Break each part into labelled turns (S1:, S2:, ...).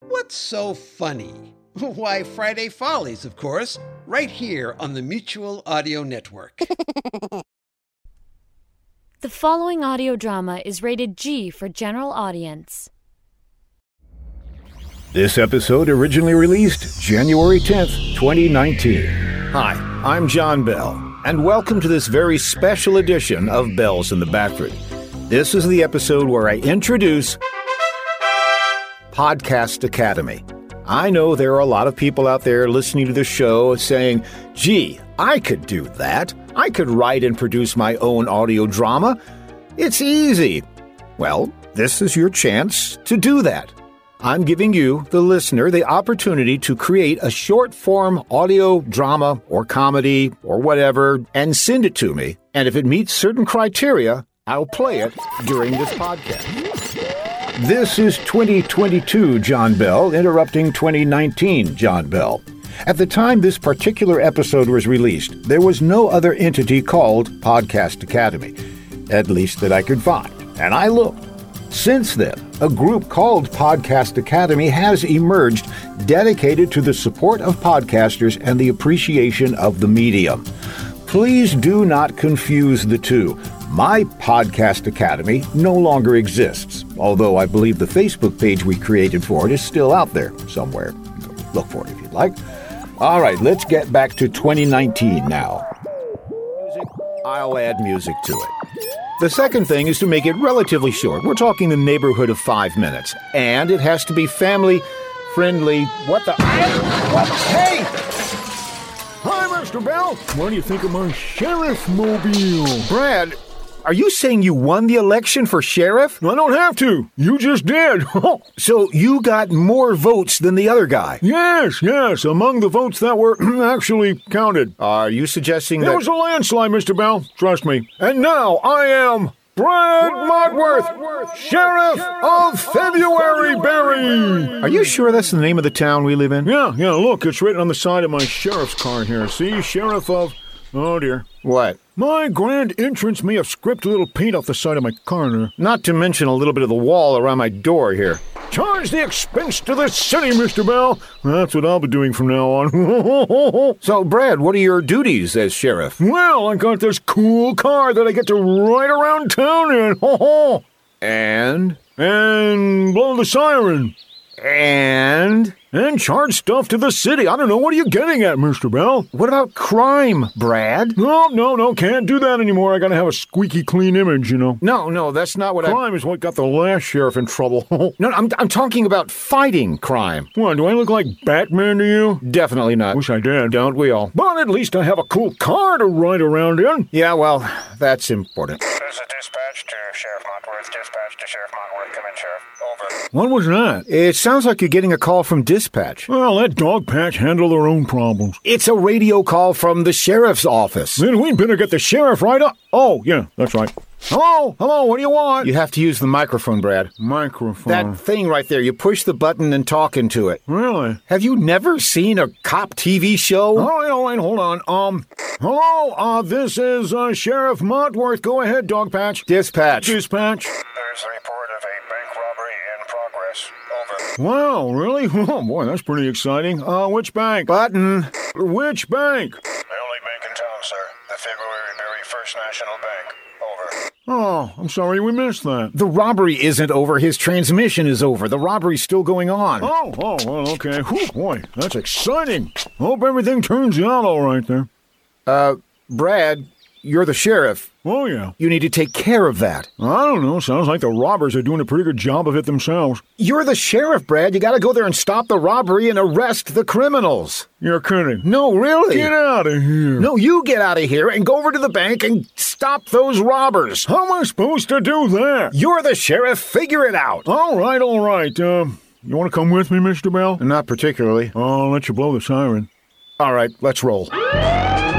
S1: What's so funny? Why, Friday Follies, of course, right here on the Mutual Audio Network.
S2: The following audio drama is rated G for general audience.
S3: This episode originally released January 10th, 2019. Hi, I'm John Bell, and welcome to this very special edition of Bells in the Backford. This is the episode where I introduce Podcast Academy. I know there are a lot of people out there listening to the show saying, gee, I could do that. I could write and produce my own audio drama. It's easy. Well, this is your chance to do that. I'm giving you, the listener, the opportunity to create a short form audio drama or comedy or whatever and send it to me. And if it meets certain criteria, I'll play it during this podcast. This is 2022 John Bell interrupting 2019 John Bell. At the time this particular episode was released, there was no other entity called Podcast Academy, at least that I could find. And I looked. Since then, a group called Podcast Academy has emerged dedicated to the support of podcasters and the appreciation of the medium. Please do not confuse the two. My Podcast Academy no longer exists, although I believe the Facebook page we created for it is still out there somewhere. Go Look for it if you'd like. All right, let's get back to 2019 now. Music, I'll add music to it. The second thing is to make it relatively short. We're talking the neighborhood of five minutes, and it has to be family friendly. What the? What? Hey! Hi, Mr. Bell. What do you think of my sheriff mobile? Brad, are you saying you won the election for sheriff? I don't have to. You just did. so you got more votes than the other guy? Yes, yes. Among the votes that were actually counted. Are you suggesting that? It was a landslide, Mr. Bell. Trust me. And now I am. Brad Modworth, Sheriff of February Berry. Are you sure that's the name of the town we live in? Yeah, yeah, look, it's written on the side of my sheriff's card here. See, Sheriff of. Oh dear. What? My grand entrance may have scraped a little paint off the side of my corner. Not to mention a little bit of the wall around my door here. Charge the expense to the city, Mr. Bell. That's what I'll be doing from now on. so, Brad, what are your duties as sheriff? Well, I got this cool car that I get to ride around town in. and? And blow the siren. And? And charge stuff to the city. I don't know. What are you getting at, Mr. Bell? What about crime, Brad? No, no, no. Can't do that anymore. I gotta have a squeaky clean image, you know. No, no, that's not what crime Crime is what got the last sheriff in trouble. no, I'm, I'm talking about fighting crime. What, do I look like Batman to you? Definitely not. Wish I did. Don't we all? But at least I have a cool car to ride around in. Yeah, well, that's important.
S4: There's a dispatch to Sheriff Montworth. Dispatch to Sheriff Montworth. Come in, Sheriff. Over.
S3: What was that? It sounds like you're getting a call from dispatch. Well, let dog patch handle their own problems. It's a radio call from the sheriff's office. Then we better get the sheriff right up. Oh, yeah, that's right. Hello, hello, what do you want? Uh. You have to use the microphone, Brad. Microphone. That thing right there, you push the button and talk into it. Really? Have you never seen a cop TV show? All right, all right, hold on. Um, hello, uh, this is uh, Sheriff Montworth. Go ahead, dog patch. Dispatch. Dispatch.
S4: There's a report of a bank robbery in progress. Over.
S3: Wow, really? Oh boy, that's pretty exciting. Uh, which bank? Button. Which bank?
S4: The only bank in town, sir. The February Berry First National Bank. Over.
S3: Oh, I'm sorry we missed that. The robbery isn't over. His transmission is over. The robbery's still going on. Oh, oh, well, okay. Whew, boy, that's exciting. Hope everything turns out all right there.
S5: Brad, you're the sheriff.
S3: Oh, yeah.
S5: You need to take care of that.
S3: I don't know. Sounds like the robbers are doing a pretty good job of it themselves.
S5: You're the sheriff, Brad. You gotta go there and stop the robbery and arrest the criminals.
S3: You're kidding.
S5: No, really?
S3: Get out of here.
S5: No, you get out of here and go over to the bank and stop those robbers.
S3: How am I supposed to do that?
S5: You're the sheriff. Figure it out.
S3: All right, all right. Uh, you want to come with me, Mr. Bell?
S5: Not particularly.
S3: I'll let you blow the siren.
S5: All right, let's roll.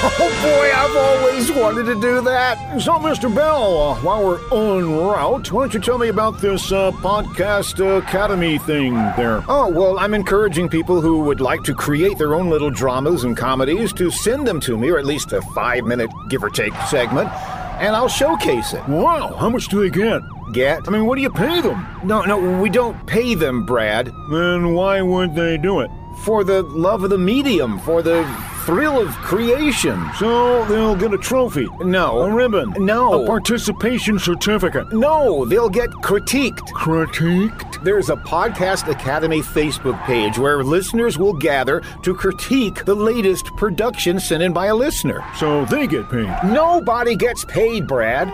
S5: Oh boy, I've always wanted to do that.
S3: So, Mr. Bell, uh, while we're en route, why don't you tell me about this uh, podcast academy thing there?
S5: Oh, well, I'm encouraging people who would like to create their own little dramas and comedies to send them to me, or at least a five minute, give or take, segment.
S3: and I'll showcase it.
S5: Wow, how much do they get?
S3: Get?
S5: I mean, what do you pay them?
S3: No, no, we don't pay them, Brad,
S5: Then why would they do it?
S3: for the love of the medium, for the thrill of creation.
S5: So they'll get a trophy,
S3: No.
S5: a ribbon,
S3: No.
S5: a participation certificate.
S3: No, they'll get critiqued.
S5: Critiqued?
S3: There's a Podcast Academy Facebook page where listeners will gather to critique the latest production sent in by a listener.
S5: So they get paid.
S3: Nobody gets paid, Brad.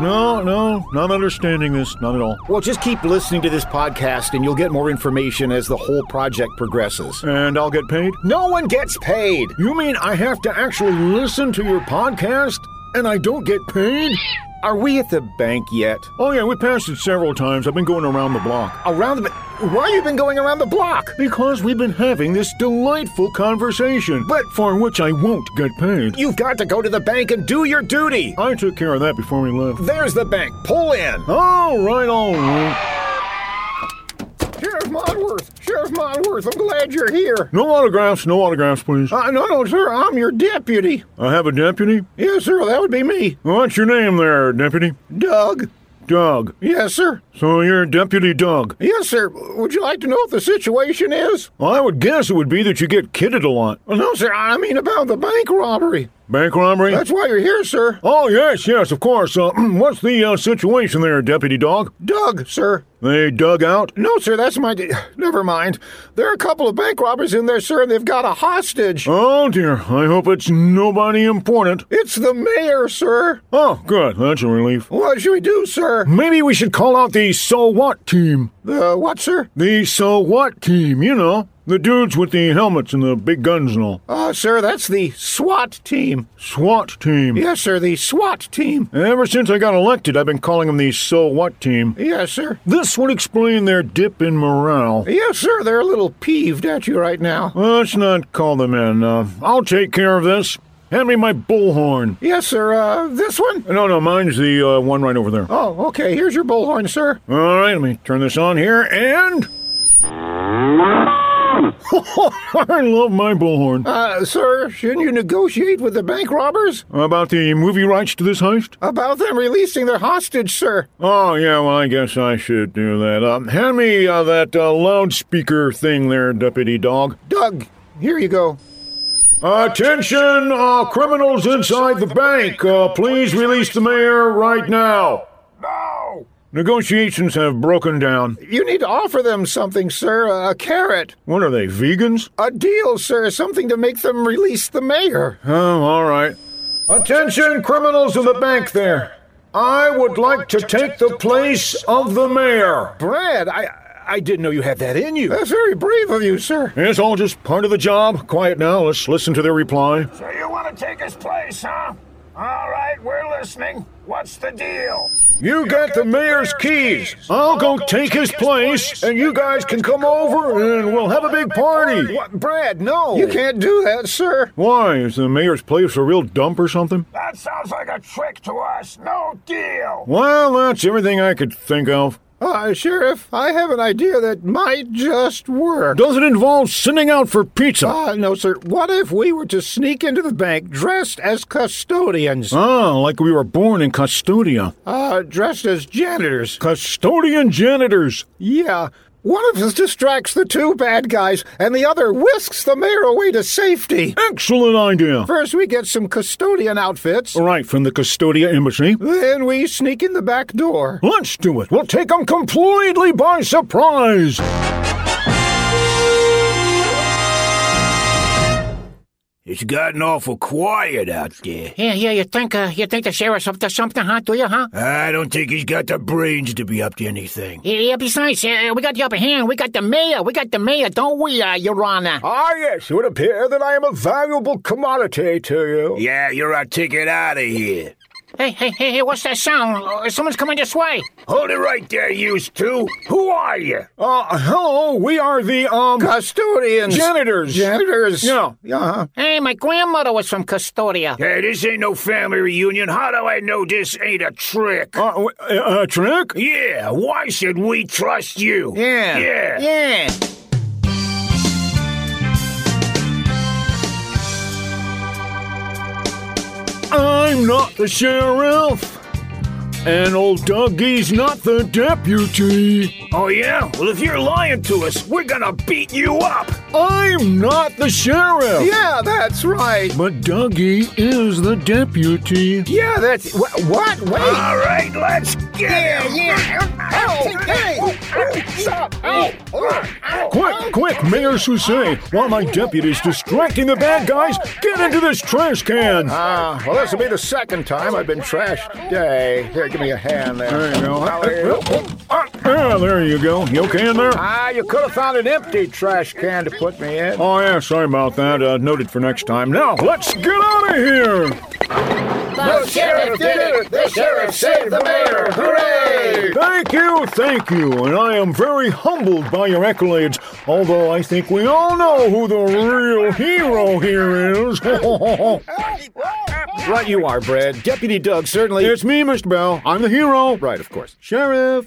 S5: No, no, not understanding this, not at all.
S3: Well, just keep listening to this podcast and you'll get more information as the whole project progresses.
S5: And I'll get paid?
S3: No one gets paid.
S5: You mean I have to actually listen to your podcast and I don't get paid?
S3: Are we at the bank yet?
S5: Oh, yeah, we passed it several times. I've been going around the block.
S3: Around the. Why have you been going around the block?
S5: Because we've been having this delightful conversation, but for which I won't get paid.
S3: You've got to go to the bank and do your duty.
S5: I took care of that before we left.
S3: There's the bank. Pull in.
S5: All right, all right.
S3: Sheriff Modworth. Sheriff Modworth. I'm glad you're here.
S5: No autographs, no autographs, please.
S3: Uh, no, no, sir. I'm your deputy.
S5: I have a deputy.
S3: Yes, sir. That would be me,
S5: What's your name there, deputy?
S3: Doug.
S5: Doug.
S3: Yes, sir.
S5: So you're Deputy Doug.
S3: Yes, sir. Would you like to know what the situation is?
S5: Well, I would guess it would be that you get kidded a lot.
S3: Well, no, sir. I mean about the bank robbery.
S5: Bank robbery?
S3: That's why you're here, sir.
S5: Oh, yes, yes, of course. Uh, what's the uh, situation there, Deputy Dog?
S3: Doug, sir.
S5: They dug out?
S3: No, sir. That's my. d Never mind. There are a couple of bank robbers in there, sir, and they've got a hostage.
S5: Oh, dear. I hope it's nobody important.
S3: It's the mayor, sir.
S5: Oh, good. That's a relief.
S3: What should we do, sir?
S5: Maybe we should call out the So What team.
S3: The what, sir?
S5: The So What team, you know. The dudes with the helmets and the big guns and all.
S3: Uh, sir, that's the SWAT team.
S5: SWAT team.
S3: Yes, sir. The SWAT team.
S5: Ever since I got elected, I've been calling them the So What team.
S3: Yes, sir.
S5: This would explain their dip in morale.
S3: Yes, sir. They're a little peeved at you right now.
S5: Let's not call them in. Uh, I'll take care of this. Hand me my bullhorn.
S3: Yes, sir. Uh, this one?
S5: No, no, mine's the uh, one right over there. All
S3: Oh, okay. Here's your bullhorn, sir.
S5: right, let me turn this on here and. I love my bullhorn.
S3: Uh, sir, shouldn't you negotiate with the bank robbers
S5: About the movie rights to this heist?
S3: about them releasing their hostage, sir?
S5: Oh, yeah, well, I guess I should do that. Um, hand me uh, that uh, loudspeaker thing there, Deputy Dog.
S3: Doug, here you go.
S5: Attention, uh, criminals inside the bank. Uh, please release the mayor right now.
S4: No!
S5: Negotiations have broken down.
S3: You need to offer them something, sir. A carrot.
S5: What are they, vegans?
S3: A deal, sir. Something to make them release the mayor.
S5: Oh, all right. Attention, criminals of the bank there. I would like to take the place of the mayor.
S3: Brad, I I didn't know you had that in you. That's very brave of you, sir.
S5: It's all just part of the job. Quiet now. Let's listen to their reply.
S4: So you want to take his place, huh? All right, we're listening. What's the deal?
S5: You got the mayor's keys. I'll go take his place, and you guys can come over and we'll have a big party.
S3: What, Brad, no. You can't do that, sir.
S5: Why? Is the mayor's place a real dump or something?
S4: That sounds like a trick to us. No deal.
S5: Well, that's everything I could think of.
S3: Uh, Sheriff, I have an idea that might just work.
S5: Doesn't involve sending out for pizza.
S3: Uh, no, sir. What if we were to sneak into the bank dressed as custodians?
S5: Ah, like we were born in Custodia.
S3: Uh, dressed as janitors?
S5: Custodian janitors.
S3: Yeah. One of us distracts the two bad guys, and the other whisks the mayor away to safety.
S5: Excellent idea.
S3: First, we get some custodian outfits.
S5: Right from the Custodia Embassy.
S3: Then we sneak in the back door.
S5: Let's do it. We'll take them completely by surprise.
S6: It's gotten awful quiet out there.
S7: Yeah, yeah, you think uh, you think the sheriff's up to something, huh? Do you, huh?
S6: I don't think he's got the brains to be up to anything.
S7: Yeah, yeah besides, uh, we got the upper hand. We got the mayor. We got the mayor, don't we, uh, Your Honor?
S3: Ah, yes, it would appear that I am a valuable commodity to you.
S6: Yeah, you're a ticket out of here.
S7: Hey, hey, hey, hey, what's that sound? Uh, someone's coming this way.
S6: Hold it right there, you two. Who are you?
S5: Uh, hello, we are the, um,
S3: Custodians.
S5: janitors.
S3: Janitors.
S5: Yeah.
S3: Uh-huh.
S7: Hey, my grandmother was from Custodia.
S6: Hey, this ain't no family reunion. How do I know this ain't a trick?
S5: Uh, w- uh, a trick?
S6: Yeah, why should we trust you?
S3: Yeah.
S6: Yeah.
S7: Yeah.
S5: I'm not the sheriff. And old Dougie's not the deputy.
S6: Oh, yeah? Well, if you're lying to us, we're gonna beat you up.
S5: I'm not the
S8: Oh.
S5: sheriff.
S3: Yeah, that's right.
S5: But Dougie is the deputy.
S3: Yeah, that's wha- what? Wait.
S6: All right, let's get him.
S5: Quick, quick, Mayor Sucet! While my deputy's distracting the bad guys, get into this trash can!
S8: Ah, well, this will be the second time I've been trashed today. Here, give me a hand there.
S5: There you go. Uh,
S8: How are you?
S5: Ah, there you go. You okay in there?
S8: Ah, you could have found an empty trash can to put me in.
S5: Oh, yeah, sorry about that. Uh, noted for next time. Now, let's get out of here!
S8: The sheriff did it! The sheriff saved the mayor! Hooray!
S5: Thank you, thank you, and I am very humbled by your accolades, although I think we all know who the real hero here is.
S3: Right, you are, Brad. Deputy Doug certainly.
S5: it's me, Mr. Bell. I'm the hero.
S3: right, of course.
S5: Sheriff.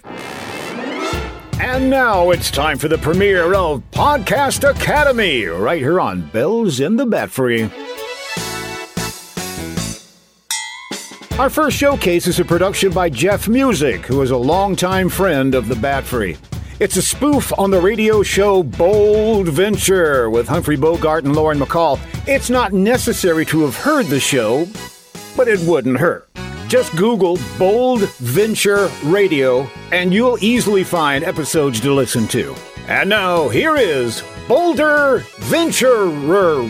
S3: And now it's time for the premiere of Podcast Academy, right here on Bells in the Bat Free. Our first showcase is a production by Jeff Music, who is a longtime friend of the Bat Free. It's a spoof on the radio show Bold Venture with Humphrey Bogart and Lauren McCall. It's not necessary to have heard the show, but it wouldn't hurt. Just Google Bold Venture Radio and you'll easily find episodes to listen to. And now, here is Boulder Venturer.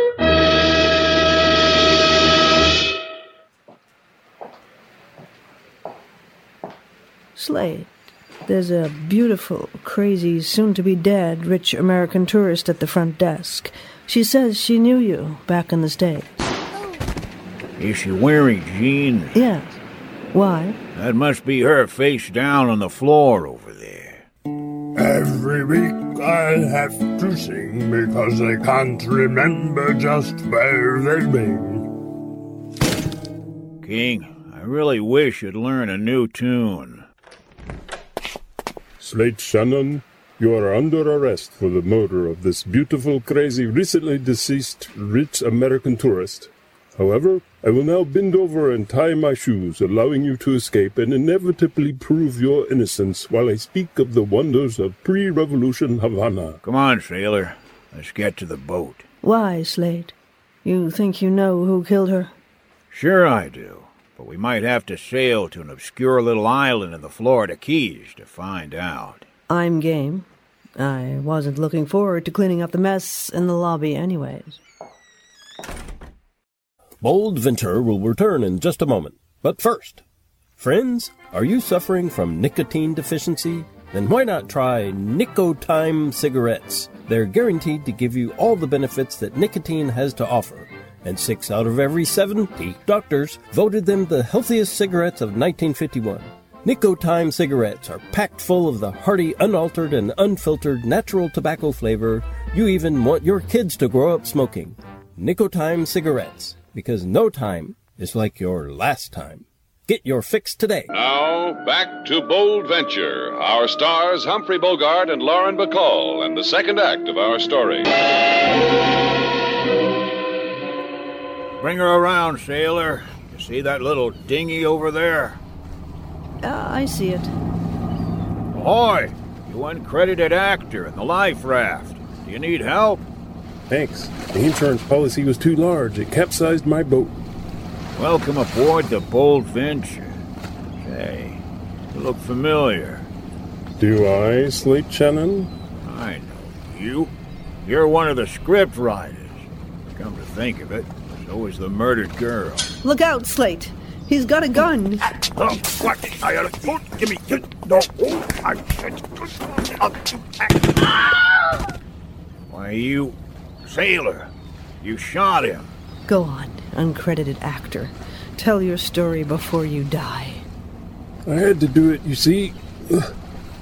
S9: Slade, there's a beautiful, crazy, soon to be dead rich American tourist at the front desk. She says she knew you back in the States.
S6: Is she wearing jeans?
S9: Yes. Why?
S6: That must be her face down on the floor over there.
S4: Every week I'll have to sing because I can't remember just where they've been.
S6: King, I really wish you'd learn a new tune.
S10: Slate Shannon, you are under arrest for the murder of this beautiful, crazy, recently deceased rich American tourist. However, I will now bend over and tie my shoes, allowing you to escape and inevitably prove your innocence while I speak of the wonders of pre revolution Havana.
S6: Come on, sailor. Let's get to the boat.
S9: Why, Slade? You think you know who killed her?
S6: Sure, I do. But we might have to sail to an obscure little island in the Florida Keys to find out.
S9: I'm game. I wasn't looking forward to cleaning up the mess in the lobby, anyways.
S11: Bold Venture will return in just a moment. But first, friends, are you suffering from nicotine deficiency? Then why not try Nicotime cigarettes? They're guaranteed to give you all the benefits that nicotine has to offer. And six out of every 70 doctors voted them the healthiest cigarettes of 1951. Nicotime cigarettes are packed full of the hearty, unaltered, and unfiltered natural tobacco flavor you even want your kids to grow up smoking. Nicotime cigarettes, because no time is like your last time. Get your fix today.
S12: Now, back to Bold Venture. Our stars, Humphrey Bogart and Lauren Bacall, and the second act of our story.
S6: Bring her around, sailor. You see that little dinghy over there?
S9: Ah, I see it.
S6: Ahoy! You uncredited actor in the life raft. Do you need help?
S10: Thanks. The insurance policy was too large. It capsized my boat.
S6: Welcome aboard the Bold Venture. Say, you look familiar.
S10: Do I, Slate Shannon?
S6: I know you. You're one of the script writers. Come to think of it, so is the murdered girl.
S9: Look out, Slate! He's got a gun!
S6: Oh, what? I gotta give me no. Why you, sailor? You shot him.
S9: Go on, uncredited actor. Tell your story before you die.
S11: I had to do it, you see.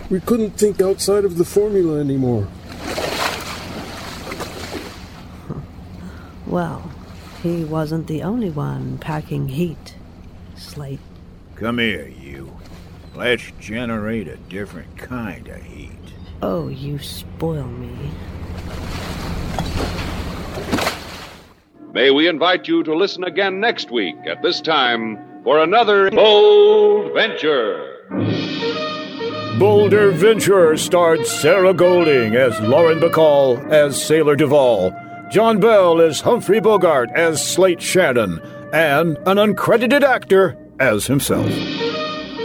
S11: We couldn't think outside of the formula anymore.
S9: Well, he wasn't the only one packing heat. Slate.
S13: Come here, you. Let's generate a different kind of heat.
S9: Oh, you spoil me.
S12: May we invite you to listen again next week at this time for another bold venture.
S5: Boulder Venture starred Sarah Golding as Lauren Bacall as Sailor Duvall, John Bell as Humphrey Bogart as Slate Shannon, and an uncredited actor as himself.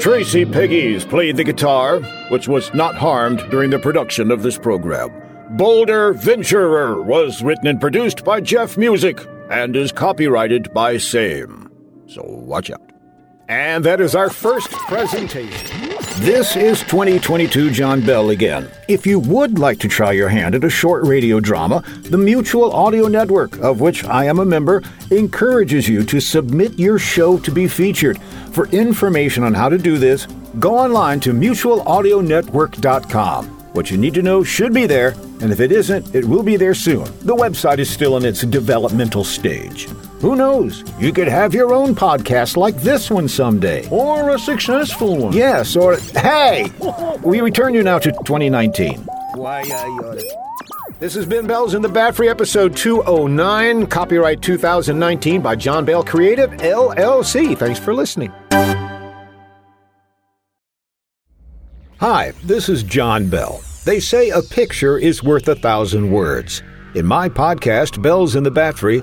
S5: Tracy Piggies played the guitar, which was not harmed during the production of this program. Boulder Venturer was written and produced by Jeff Music and is copyrighted by same. So watch out. And that is our first presentation. This is 2022 John Bell again. If you would like to try your hand at a short radio drama, the Mutual Audio Network, of which I am a member, encourages you to submit your show to be featured. For information on how to do this, go online to mutualaudionetwork.com. What you need to know should be there, and if it isn't, it will be there soon. The website is still in its developmental stage. Who knows? You could have your own podcast like this one someday.
S3: Or a successful one.
S5: Yes, or hey, we return you now to 2019.
S3: Why, I
S5: This has been Bells in the Bat Free episode 209, copyright 2019 by John Bell Creative LLC. Thanks for listening. Hi, this is John Bell. They say a picture is worth a thousand words. In my podcast, Bells in the Bat Free,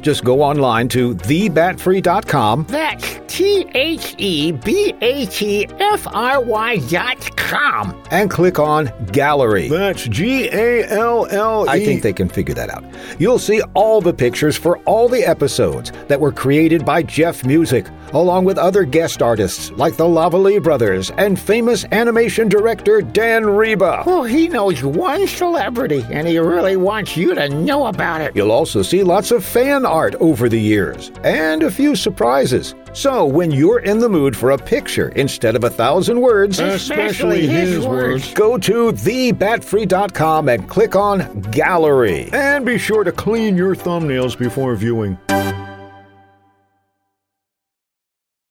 S5: Just go online to thebatfree.com.
S14: That's T H E B A T F R Y dot com.
S5: and click on Gallery.
S3: That's G A L L E.
S5: I think they can figure that out. You'll see all the pictures for all the episodes that were created by Jeff Music, along with other guest artists like the Lavalley brothers and famous animation director Dan Reba.
S14: Well, Oh, he knows one celebrity, and he really wants you to know about it.
S5: You'll also see lots of fan art over the years and a few surprises. So, when you're in the mood for a picture instead of a thousand words,
S3: Especially his words.
S5: go to thebatfree.com and click on Gallery.
S3: And be sure to clean your thumbnails before viewing.